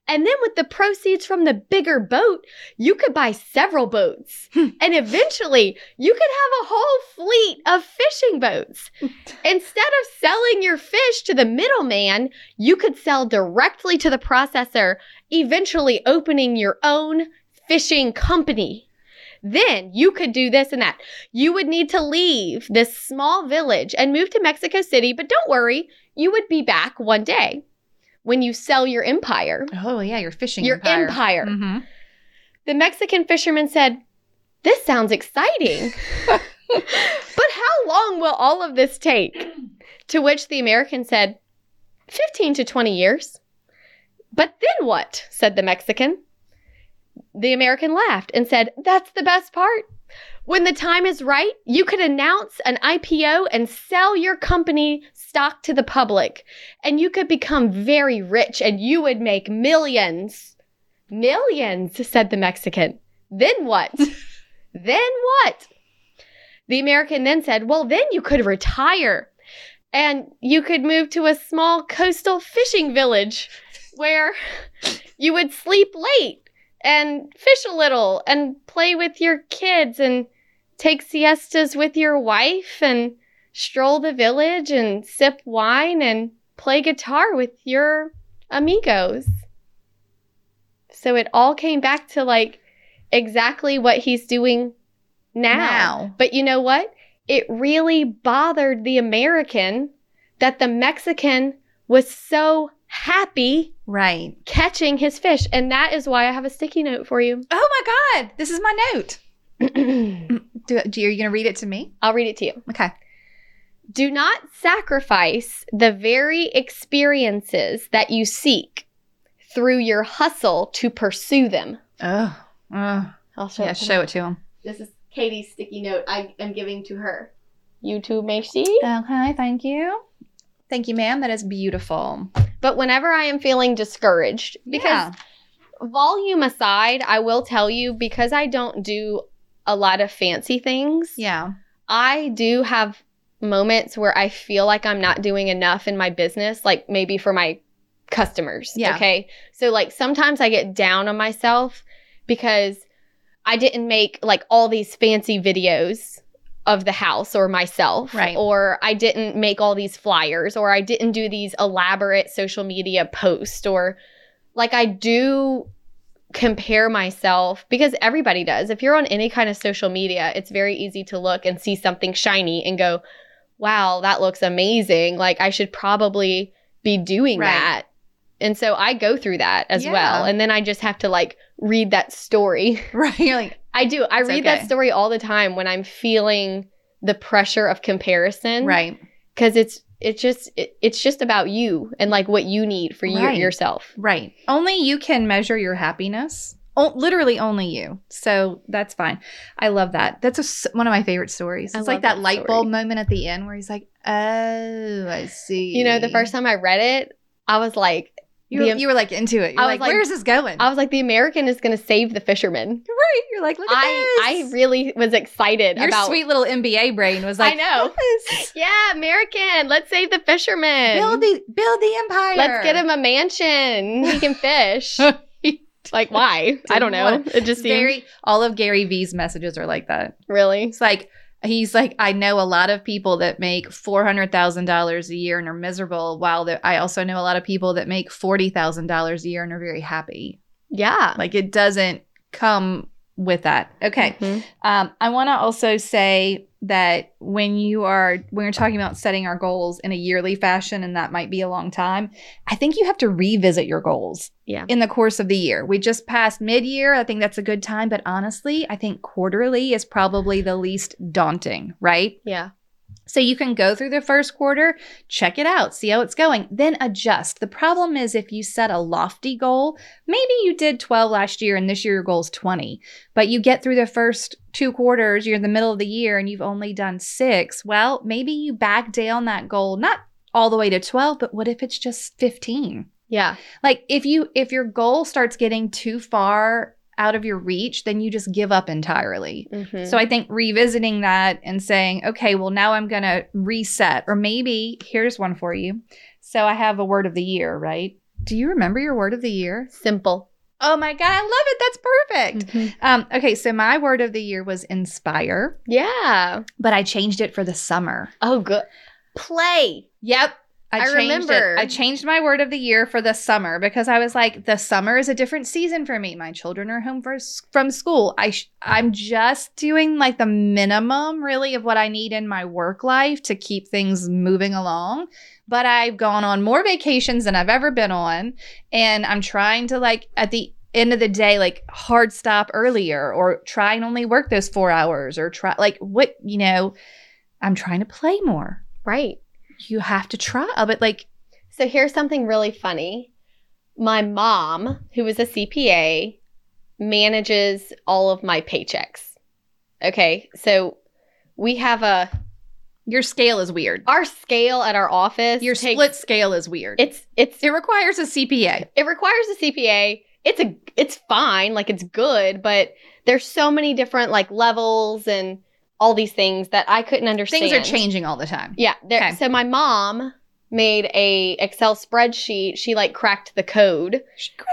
S3: And then with the proceeds from the bigger boat, you could buy several boats. and eventually, you could have a whole fleet of fishing boats. Instead of selling your fish to the middleman, you could sell directly to the processor, eventually opening your own fishing company. Then you could do this and that. You would need to leave this small village and move to Mexico City, but don't worry, you would be back one day when you sell your empire.
S4: oh, yeah. You're fishing.
S3: Your empire.
S4: Mhm.
S3: The Mexican fisherman said, This sounds exciting. but how long will all of this take? To which the American said, 15 to 20 years. But then what? said the Mexican. The American laughed and said, That's the best part. When the time is right, you could announce an IPO and sell your company stock to the public, and you could become very rich and you would make millions. Millions, said the Mexican. Then what? then what? The American then said, Well, then you could retire and you could move to a small coastal fishing village where you would sleep late and fish a little and play with your kids and take siestas with your wife and stroll the village and sip wine and play guitar with your amigos. So it all came back to like exactly what he's doing now.
S4: Now.
S3: But you know what? It really bothered the American that the Mexican was so happy
S4: Right.
S3: catching his fish. And that is why I have a sticky note for you.
S4: Oh my God. This is my note. Do, do you, are you going to read it to me?
S3: I'll read it to you.
S4: Okay.
S3: Do not sacrifice the very experiences that you seek through your hustle to pursue them.
S4: Oh. oh.
S3: I'll show
S4: Yeah,
S3: it. to
S4: show it to him.
S3: This is Katie's sticky note I am giving to her. You too may see.
S4: Okay, Oh, thank you. Thank you, ma'am. That is beautiful.
S3: But whenever I am feeling discouraged, because
S4: Yeah.
S3: volume aside, I will tell you because I don't do a lot of fancy things.
S4: Yeah.
S3: I do have moments where I feel like I'm not doing enough in my business, like maybe for my customers.
S4: Yeah.
S3: Okay. So, like, sometimes I get down on myself because I didn't make like all these fancy videos of the house or myself.
S4: Right.
S3: Or I didn't make all these flyers or I didn't do these elaborate social media posts or like I do compare myself because everybody does. If you're on any kind of social media, it's very easy to look and see something shiny and go, wow, that looks amazing. Like I should probably be doing
S4: Right.
S3: that. And so I go through that as
S4: Yeah.
S3: well. And then I just have to like read that story.
S4: Right. You're like,
S3: I do. I
S4: It's
S3: read
S4: okay.
S3: that story all the time when I'm feeling the pressure of comparison.
S4: right.
S3: Cuz it's it's just it, it's just about you and like what you need for you
S4: Right.
S3: yourself.
S4: Right. Only you can measure your happiness. O- literally only you. So that's fine. I love that. That's a s one of my favorite stories.
S3: I
S4: It's like
S3: love
S4: that,
S3: that
S4: light bulb
S3: story.
S4: moment at the end where he's like, "Oh, I see."
S3: You know, the first time I read it, I was like
S4: you,
S3: the-
S4: you were like into it. You're
S3: I was
S4: like,
S3: like-
S4: "Where's this going?"
S3: I was like the American is going to save the fisherman.
S4: You're right. You're like, "Look at
S3: I I
S4: this."
S3: really was excited
S4: Your
S3: about
S4: sweet little MBA brain was
S3: I
S4: like,
S3: know.
S4: "Yes,
S3: Yeah, American, let's save the fisherman.
S4: build the build the empire.
S3: Let's get him a mansion. He can fish. like why? I don't know.
S4: want
S3: It just
S4: It's
S3: seems
S4: very. All of Gary Vee's messages are like that.
S3: really.
S4: It's like he's like, I know a lot of people that make four hundred thousand dollars a year and are miserable, while the, I also know a lot of people that make forty thousand dollars a year and are very happy.
S3: Yeah.
S4: Like it doesn't come with that. Okay.
S3: Mhm.
S4: Um, I want to also say that when you are when you're talking about setting our goals in a yearly fashion, and that might be a long time, I think you have to revisit your goals.
S3: Yeah.
S4: In the course of the year, we just passed mid-year. I think that's a good time, but honestly, I think quarterly is probably the least daunting, right?
S3: Yeah.
S4: So you can go through the first quarter, check it out, see how it's going, then adjust. The problem is if you set a lofty goal, maybe you did 12 last year and this year your goal is 20, but you get through the first two quarters, you're in the middle of the year and you've only done six. Well, maybe you back down that goal, not all the way to 12, but what if it's just 15?
S3: Yeah.
S4: Like if you if your goal starts getting too far out of your reach, then you just give up entirely.
S3: Mhm.
S4: So I think revisiting that and saying, okay, well, now I'm going to reset. Or maybe here's one for you. So I have a word of the year, right? Do you remember your word of the year?
S3: simple.
S4: Oh my God, I love it. That's perfect. Um, okay, so my word of the year was inspire,
S3: Yeah.
S4: but I changed it for the summer.
S3: Oh, good. Play.
S4: Yep. I,
S3: I
S4: changed remember.
S3: remember.
S4: I changed my word of the year for the summer because I was like, the summer is a different season for me. My children are home for, from school. I sh- I'm just doing like the minimum, really, of what I need in my work life to keep things moving along. But I've gone on more vacations than I've ever been on, and I'm trying to like at the end of the day like hard stop earlier or try and only work those four hours or try like what you know. I'm trying to play more
S3: Right.
S4: you have to try uh, but like
S3: So here's something really funny. My mom, who is a CPA, manages all of my paychecks. Okay. So we have a
S4: your scale is weird
S3: our scale at our office.
S4: your
S3: takes-
S4: split scale is weird
S3: It's it's
S4: it requires a cpa
S3: it requires a CPA. It's a it's fine, like it's good, but there's so many different like levels and all these things that I couldn't understand.
S4: things are changing all the time
S3: Yeah. There,
S4: Okay.
S3: So my mom made a Excel spreadsheet. She like cracked the code,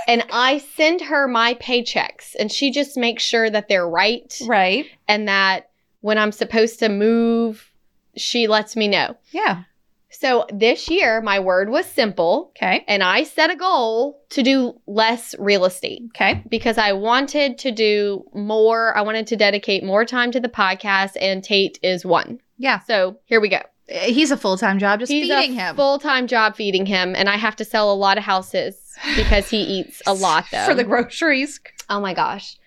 S3: and I send her my paychecks, and she just makes sure that they're right
S4: right
S3: and that when I'm supposed to move, she lets me know.
S4: yeah
S3: So this year, my word was simple,
S4: okay
S3: and I set a goal to do less real estate
S4: okay
S3: because I wanted to do more. I wanted to dedicate more time to the podcast, and Tate is one.
S4: Yeah.
S3: So here we go.
S4: Uh, he's a full-time job just
S3: He's
S4: feeding
S3: a
S4: him
S3: full time job feeding him, and I have to sell a lot of houses because he eats a lot though.
S4: for the groceries
S3: oh my gosh.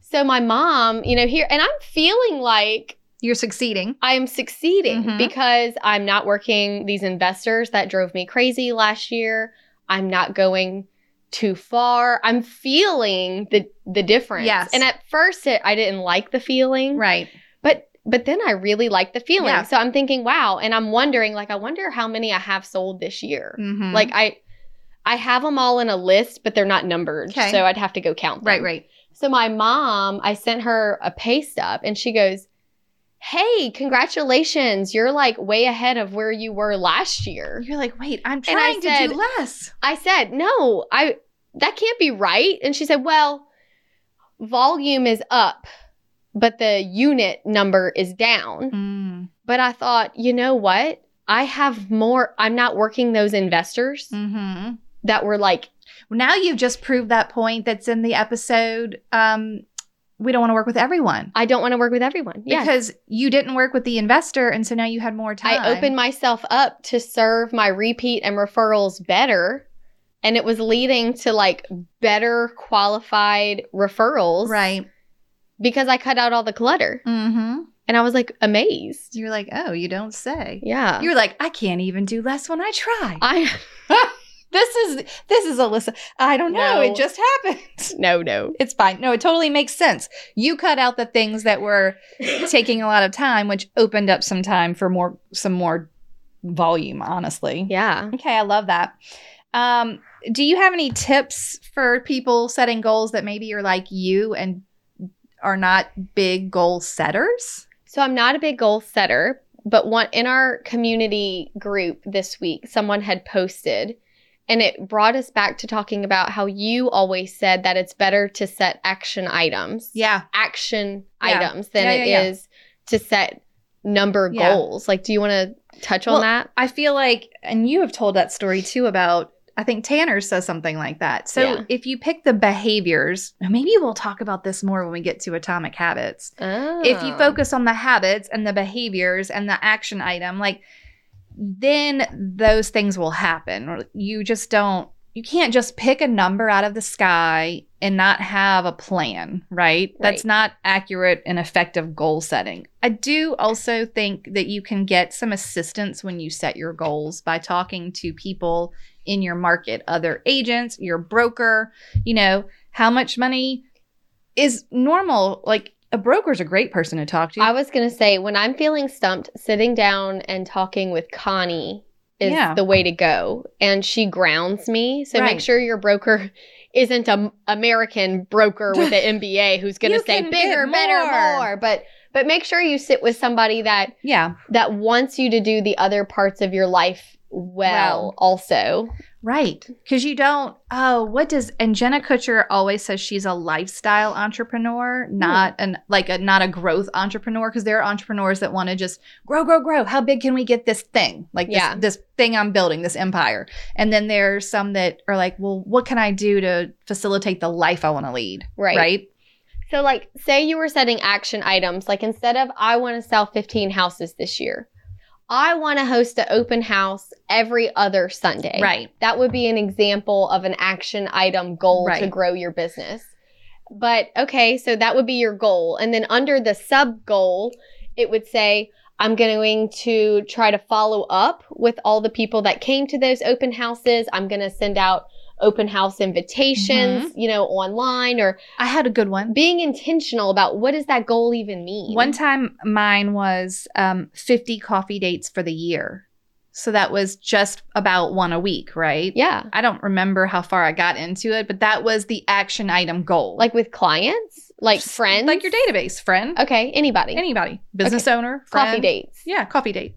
S3: So my mom, you know, here, and I'm feeling like
S4: you're succeeding
S3: I am succeeding
S4: Mhm.
S3: because I'm not working these investors that drove me crazy last year. I'm not going too far. I'm feeling the the difference.
S4: Yes.
S3: And at first it, I didn't like the feeling.
S4: right
S3: But but then I really liked the feeling.
S4: Yeah.
S3: So I'm thinking, wow, and I'm wondering like I wonder how many I have sold this year.
S4: Mhm.
S3: Like I I have them all in a list, but they're not numbered.
S4: Okay.
S3: So I'd have to go count them.
S4: right right
S3: So my mom, I sent her a pay stub and she goes, "Hey, congratulations. You're like way ahead of where you were last year."
S4: you're like wait i'm
S3: I
S4: trying to
S3: said-
S4: do less
S3: I said, "No, I that can't be right." And she said, "Well, volume is up, but the unit number is down."
S4: mm.
S3: But I thought, "You know what? I have more. I'm not working those investors
S4: hmm
S3: that were like
S4: Now you've just proved that point that's in the episode. Um, we don't want to work with everyone
S3: I don't want to work with everyone. Yeah.
S4: because you didn't work with the investor, and so now you had more time.
S3: I opened myself up to serve my repeat and referrals better. And it was leading to like better qualified referrals.
S4: right.
S3: Because I cut out all the clutter.
S4: Mm-hmm.
S3: And I was like amazed.
S4: You're like, oh, you don't say.
S3: Yeah.
S4: You're like, I can't even do less when I try.
S3: I
S4: this is this is Alyssa. I don't know.
S3: No.
S4: It just happened.
S3: no no.
S4: It's fine. No, it totally makes sense. You cut out the things that were taking a lot of time, which opened up some time for more some more volume, honestly.
S3: Yeah.
S4: Okay, I love that. Um, do you have any tips for people setting goals that maybe are like you and are not big goal setters?
S3: So I'm not a big goal setter, but one in our community group this week, someone had posted and it brought us back to talking about how you always said that it's better to set action items.
S4: Yeah.
S3: action
S4: Yeah.
S3: items than
S4: Yeah,
S3: it is
S4: yeah,
S3: to
S4: yeah.
S3: set number
S4: Yeah.
S3: goals. Like, do you want to touch
S4: Well,
S3: on that?
S4: I feel like, and you have told that story too about, I think Tanner says something like that. So
S3: Yeah.
S4: if you pick the behaviors, maybe we'll talk about this more when we get to atomic habits. If you focus on the habits and the behaviors and the action item, like then those things will happen. Or You just don't, you can't just pick a number out of the sky and not have a plan, right? That's
S3: Right.
S4: not accurate and effective goal setting. I do also think that you can get some assistance when you set your goals by talking to people in your market, other agents, your broker, you know, how much money is normal. Like a broker's a great person to talk to.
S3: Ah. I was going to say, when I'm feeling stumped, sitting down and talking with Connie is
S4: Yeah.
S3: the way to go. And she grounds me. So make
S4: Right.
S3: sure your broker isn't an American broker with an MBA who's going
S4: You
S3: to say
S4: can
S3: bigger,
S4: get
S3: better,
S4: more.
S3: more. But but make sure you sit with somebody that
S4: yeah.
S3: that wants you to do the other parts of your life well.
S4: Well.
S3: also.
S4: Right. Because you don't, oh, what does, and Jenna Kutcher always says she's a lifestyle entrepreneur, not an, like a, not a growth entrepreneur. Cause there are entrepreneurs that want to just grow, grow, grow. How big can we get this thing? Like this,
S3: Yeah.
S4: this thing I'm building, this empire. And then there are some that are like, well, what can I do to facilitate the life I want to lead?
S3: Right.
S4: Right.
S3: So, like, say you were setting action items, like instead of I want to sell 15 houses this year, I want to host an open house every other Sunday.
S4: Right.
S3: That would be an example of an action item goal to
S4: Right.
S3: grow your business. But okay, so that would be your goal. And then under the sub goal, it would say, I'm going to try to follow up with all the people that came to those open houses. I'm going to send out open house invitations,
S4: Mm-hmm.
S3: you know, online or
S4: I had a good one.
S3: being intentional about what does that goal even mean?
S4: One time mine was um, 50 coffee dates for the year. So that was just about one a week, right?
S3: yeah,
S4: I don't remember how far I got into it, but that was the action item goal.
S3: like with clients, like friends,
S4: Like your database, friend.
S3: Okay, anybody,
S4: Anybody. Business owner. Friend.
S3: coffee dates.
S4: Yeah, coffee date.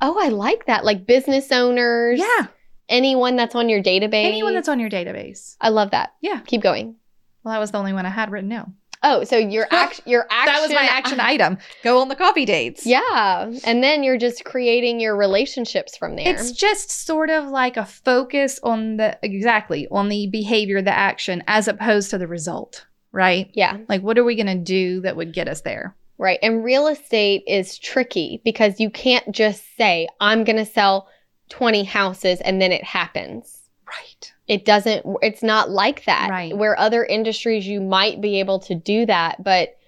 S3: Oh, I like that. Like business owners.
S4: Yeah.
S3: anyone that's on your database.
S4: Anyone that's on your database.
S3: I love that.
S4: Yeah.
S3: keep going.
S4: Well, that was the only one I had written down.
S3: Oh, so your action, your action.
S4: That was my action item. Go on the coffee dates.
S3: Yeah, and then you're just creating your relationships from there.
S4: It's just sort of like a focus on the exactly on the behavior, the action, as opposed to the result, right?
S3: yeah,
S4: Like, what are we going to do that would get us there?
S3: right. And real estate is tricky because you can't just say I'm going to sell 20 houses and then it happens.
S4: Right.
S3: it doesn't it's not like that
S4: Right.
S3: where other industries you might be able to do that but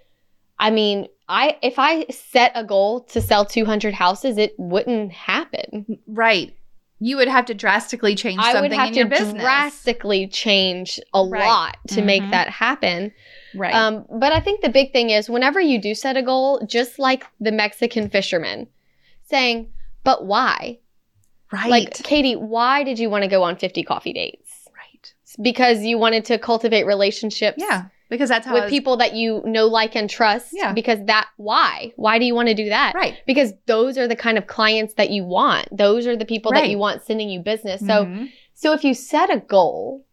S3: i mean i if i set a goal to sell 200 houses it wouldn't happen
S4: Right. You would have to drastically change
S3: i
S4: something
S3: would have
S4: in
S3: to
S4: your business.
S3: drastically change a
S4: Right.
S3: lot to make
S4: Mhm.
S3: that happen
S4: right.
S3: um, but i think the big thing is whenever you do set a goal just like the mexican fisherman saying but why
S4: right.
S3: like katie why did you want to go on 50 coffee dates
S4: right.
S3: because you wanted to cultivate relationships
S4: Yeah. Because that's how I
S3: with
S4: was-
S3: people that you know, like, and trust.
S4: Yeah.
S3: Because that, why? Why do you want to do that?
S4: Right.
S3: Because those are the kind of clients that you want. Those are the people that
S4: Right.
S3: you want sending you business. So,
S4: Mhm.
S3: so if you set a goal,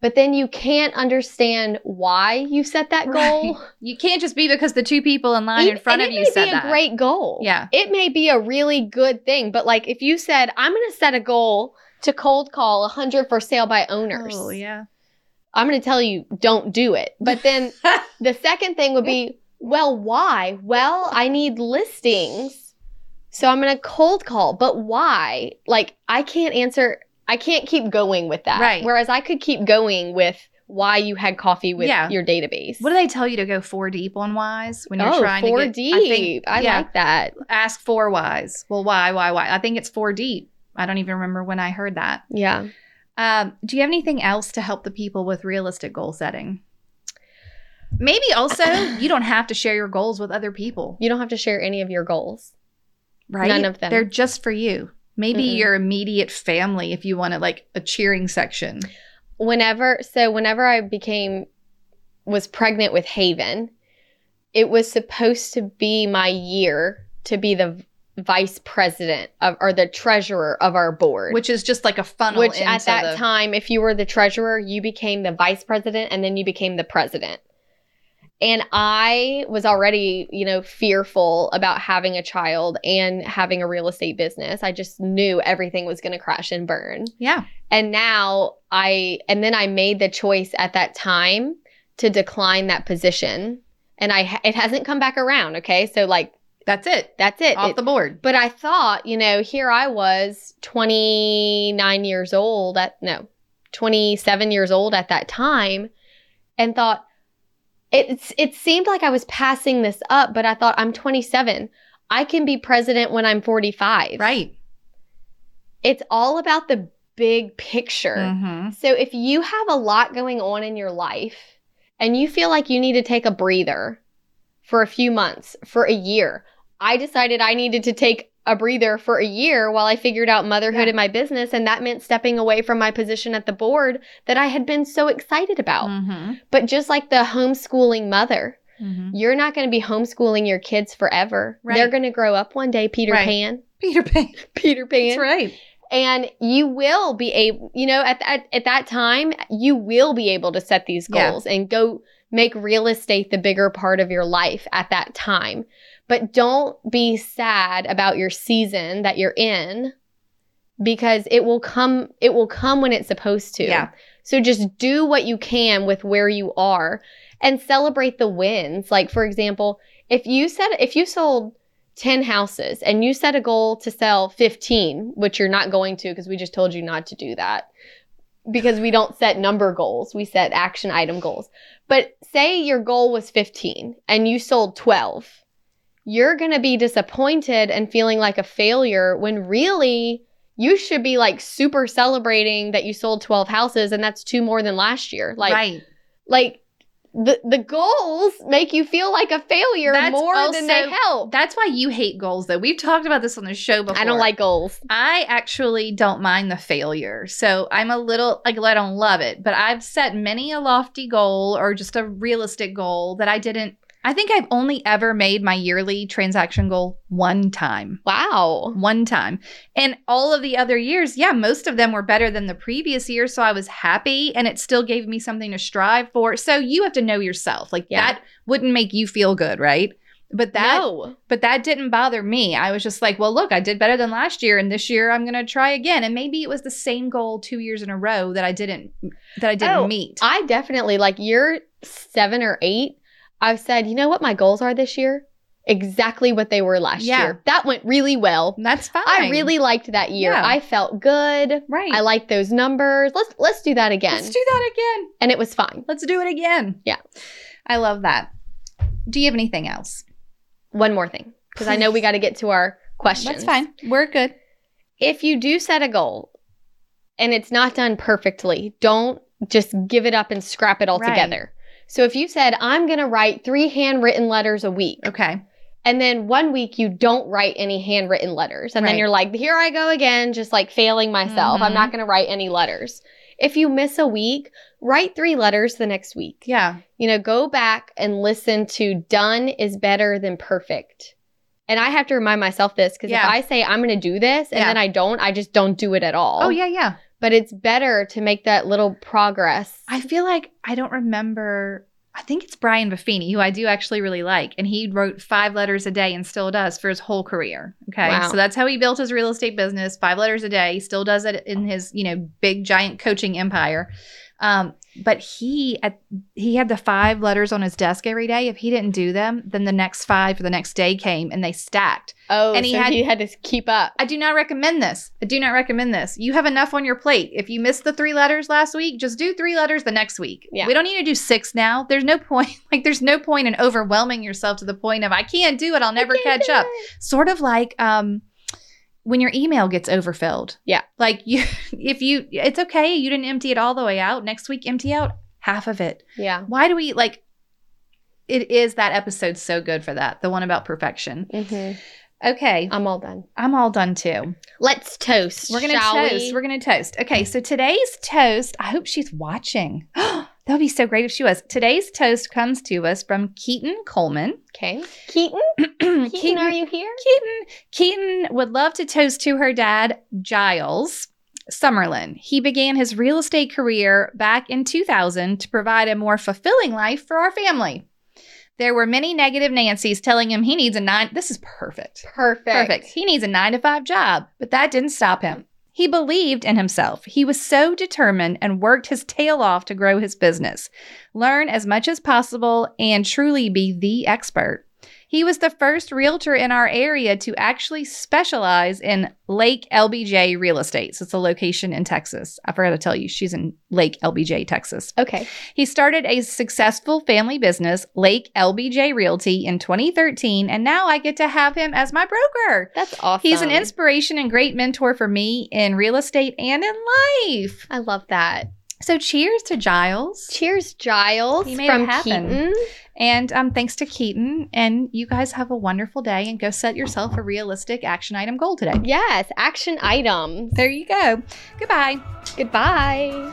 S3: but then you can't understand why you set that goal.
S4: you can't just be because the two people in line
S3: Ev-
S4: in front
S3: and
S4: of
S3: it
S4: you
S3: may
S4: said
S3: be
S4: that.
S3: a great goal.
S4: Yeah.
S3: It may be a really good thing, but like if you said, I'm going to set a goal to cold call 100 for sale by owners.
S4: Oh, yeah.
S3: I'm going to tell you, don't do it. But then the second thing would be, well, why? Well, I need listings. So I'm going to cold call, but why? Like, I can't answer, I can't keep going with that.
S4: Right.
S3: Whereas I could keep going with why you had coffee with
S4: Yeah.
S3: your database.
S4: What do they tell you to go four deep on whys when you're
S3: oh,
S4: trying
S3: four
S4: to get
S3: deep.
S4: I, think,
S3: I
S4: yeah,
S3: like that.
S4: ask four whys. Well, why, why, why? I think it's four deep. I don't even remember when I heard that.
S3: Yeah.
S4: Um, do you have anything else to help the people with realistic goal setting? Maybe also you don't have to share your goals with other people,
S3: You don't have to share any of your goals.
S4: right?
S3: None of them.
S4: They're just for you. Maybe
S3: Mm-mm.
S4: your immediate family if you want to like a cheering section.
S3: whenever so whenever i became was pregnant with haven it was supposed to be my year to be the v- vice president of or the treasurer of our board
S4: Which is just like a funnel.
S3: which at
S4: into
S3: that
S4: the-
S3: time if you were the treasurer you became the vice president and then you became the president and i was already you know fearful about having a child and having a real estate business i just knew everything was going to crash and burn
S4: Yeah.
S3: and now i and then i made the choice at that time to decline that position and i ha- it hasn't come back around okay so like
S4: That's it.
S3: that's it,
S4: Off
S3: It-
S4: the board.
S3: but i thought you know here i was 29 years old at no 27 years old at that time and thought it's it seemed like i was passing this up but i thought i'm 27 i can be president when i'm 45
S4: Right.
S3: it's all about the big picture
S4: Mm-hmm.
S3: so if you have a lot going on in your life and you feel like you need to take a breather for a few months, for a year, I decided I needed to take a breather for a year while I figured out motherhood
S4: Yeah.
S3: and my business. And that meant stepping away from my position at the board that I had been so excited about.
S4: Mm-hmm.
S3: But just like the homeschooling mother, you're not going to be homeschooling your kids forever.
S4: Right.
S3: They're going to grow up one day, Peter
S4: Right.
S3: Pan.
S4: Peter Pan.
S3: Peter Pan
S4: That's right.
S3: and you will be able you know at that at that time you will be able to set these
S4: Yeah.
S3: goals and go make real estate the bigger part of your life at that time but don't be sad about your season that you're in because it will come it will come when it's supposed to
S4: Yeah.
S3: so just do what you can with where you are and celebrate the wins like for example if you said if you sold 10 houses and you set a goal to sell 15, which you're not going to because we just told you not to do that because we don't set number goals, we set action item goals. But say your goal was 15 and you sold 12. You're going to be disappointed and feeling like a failure when really you should be like super celebrating that you sold 12 houses and that's two more than last year. Like
S4: right.
S3: like the the goals make you feel like a failure
S4: That's
S3: more than they
S4: also-
S3: help.
S4: That's why you hate goals, though. We've talked about this on the show before.
S3: I don't like goals.
S4: I actually don't mind the failure. So I'm a little, like, I don't love it, but I've set many a lofty goal or just a realistic goal that I didn't. I think I've only ever made my yearly transaction goal one time.
S3: Wow.
S4: one time. And all of the other years, yeah, most of them were better than the previous year. So I was happy and it still gave me something to strive for. So you have to know yourself. Like
S3: Yeah.
S4: that wouldn't make you feel good, right? But that
S3: no.
S4: but that didn't bother me. I was just like, well, look, I did better than last year and this year I'm going to try again. And maybe it was the same goal 2 years in a row that I didn't that I didn't
S3: Oh,
S4: meet.
S3: I definitely like year seven or eight. I've said, you know what my goals are this year? Exactly what they were last
S4: Yeah.
S3: year. That went really well.
S4: And that's fine.
S3: I really liked that year.
S4: Yeah.
S3: I felt good.
S4: right.
S3: I liked those numbers. Let's let's do that again.
S4: Let's do that again.
S3: and it was fine.
S4: Let's do it again.
S3: Yeah.
S4: I love that. Do you have anything else?
S3: One more thing, because I know we got to get to our
S5: That's
S3: questions.
S5: fine. We're good.
S3: If you do set a goal and it's not done perfectly, don't just give it up and scrap it all
S4: Right.
S3: together. So if you said, I'm going to write three handwritten letters a week,
S4: Okay.
S3: And then one week you don't write any handwritten letters. And
S4: Right.
S3: then you're like, here I go again, just like failing myself. I'm
S4: Mhm.
S3: not going to write any letters. If you miss a week, write three letters the next week.
S4: Yeah.
S3: You know, go back and listen to done is better than perfect. And I have to remind myself this because
S4: Yeah.
S3: if I say I'm going to do this and
S4: Yeah.
S3: then I don't, I just don't do it at all.
S4: Oh yeah, yeah.
S3: But it's better to make that little progress.
S4: I feel like I don't remember I think it's Brian Buffini, who I do actually really like, and he wrote five letters a day and still does for his whole career. Okay,
S3: Wow.
S4: so that's how he built his real estate business, five letters a day. He still does it in his you know big giant coaching empire. Um, but he at, he had the five letters on his desk every day. If he didn't do them, then the next five for the next day came, and they stacked.
S3: Oh,
S4: And
S3: and
S4: he
S3: he, so
S4: had-
S3: he had to keep up.
S4: I do not recommend this. I do not recommend this. You have enough on your plate. If you missed the three letters last week, just do three letters the next week.
S3: Yeah.
S4: We don't need to do six now. There's no point. Like there's no point in overwhelming yourself to the point of I can't do it. I'll never catch up. Sort of like um when your email gets overfilled.
S3: Yeah.
S4: Like you if you it's okay. You didn't empty it all the way out. Next week empty out half of it.
S3: Yeah.
S4: Why do we like it is that episode so good for that. The one about perfection.
S3: Mhm.
S4: Okay.
S3: I'm all done.
S4: I'm all done too.
S3: Let's toast.
S4: We're gonna
S3: shall
S4: toast.
S3: we?
S4: We're gonna toast. Okay, so today's toast. I hope she's watching. that would be so great if she was. Today's toast comes to us from Keaton Coleman.
S3: okay. Keaton,
S4: Keaton,
S3: Keaton, are you here?
S4: Keaton, Keaton would love to toast to her dad, Giles Summerlin. He began his real estate career back in 2000 to provide a more fulfilling life for our family. There were many negative Nancy's telling him he needs a nine. This is perfect.
S3: Perfect.
S4: Perfect. He needs a nine to five job, but that didn't stop him. He believed in himself. He was so determined and worked his tail off to grow his business, learn as much as possible, and truly be the expert. He was the first realtor in our area to actually specialize in Lake LBJ real estate. So it's a location in Texas. I forgot to tell you, she's in Lake LBJ, Texas.
S3: Okay.
S4: He started a successful family business, Lake LBJ Realty, in 2013, and now I get to have him as my broker.
S3: That's awesome.
S4: He's an inspiration and great mentor for me in real estate and in life.
S3: I love that.
S4: So cheers to Giles.
S3: Cheers, Giles
S4: He made
S3: from
S4: it happen.
S3: Keaton.
S4: And um, thanks to Keaton. And you guys have a wonderful day and go set yourself a realistic action item goal today.
S3: Yes, action item.
S4: There you go. Goodbye.
S3: Goodbye.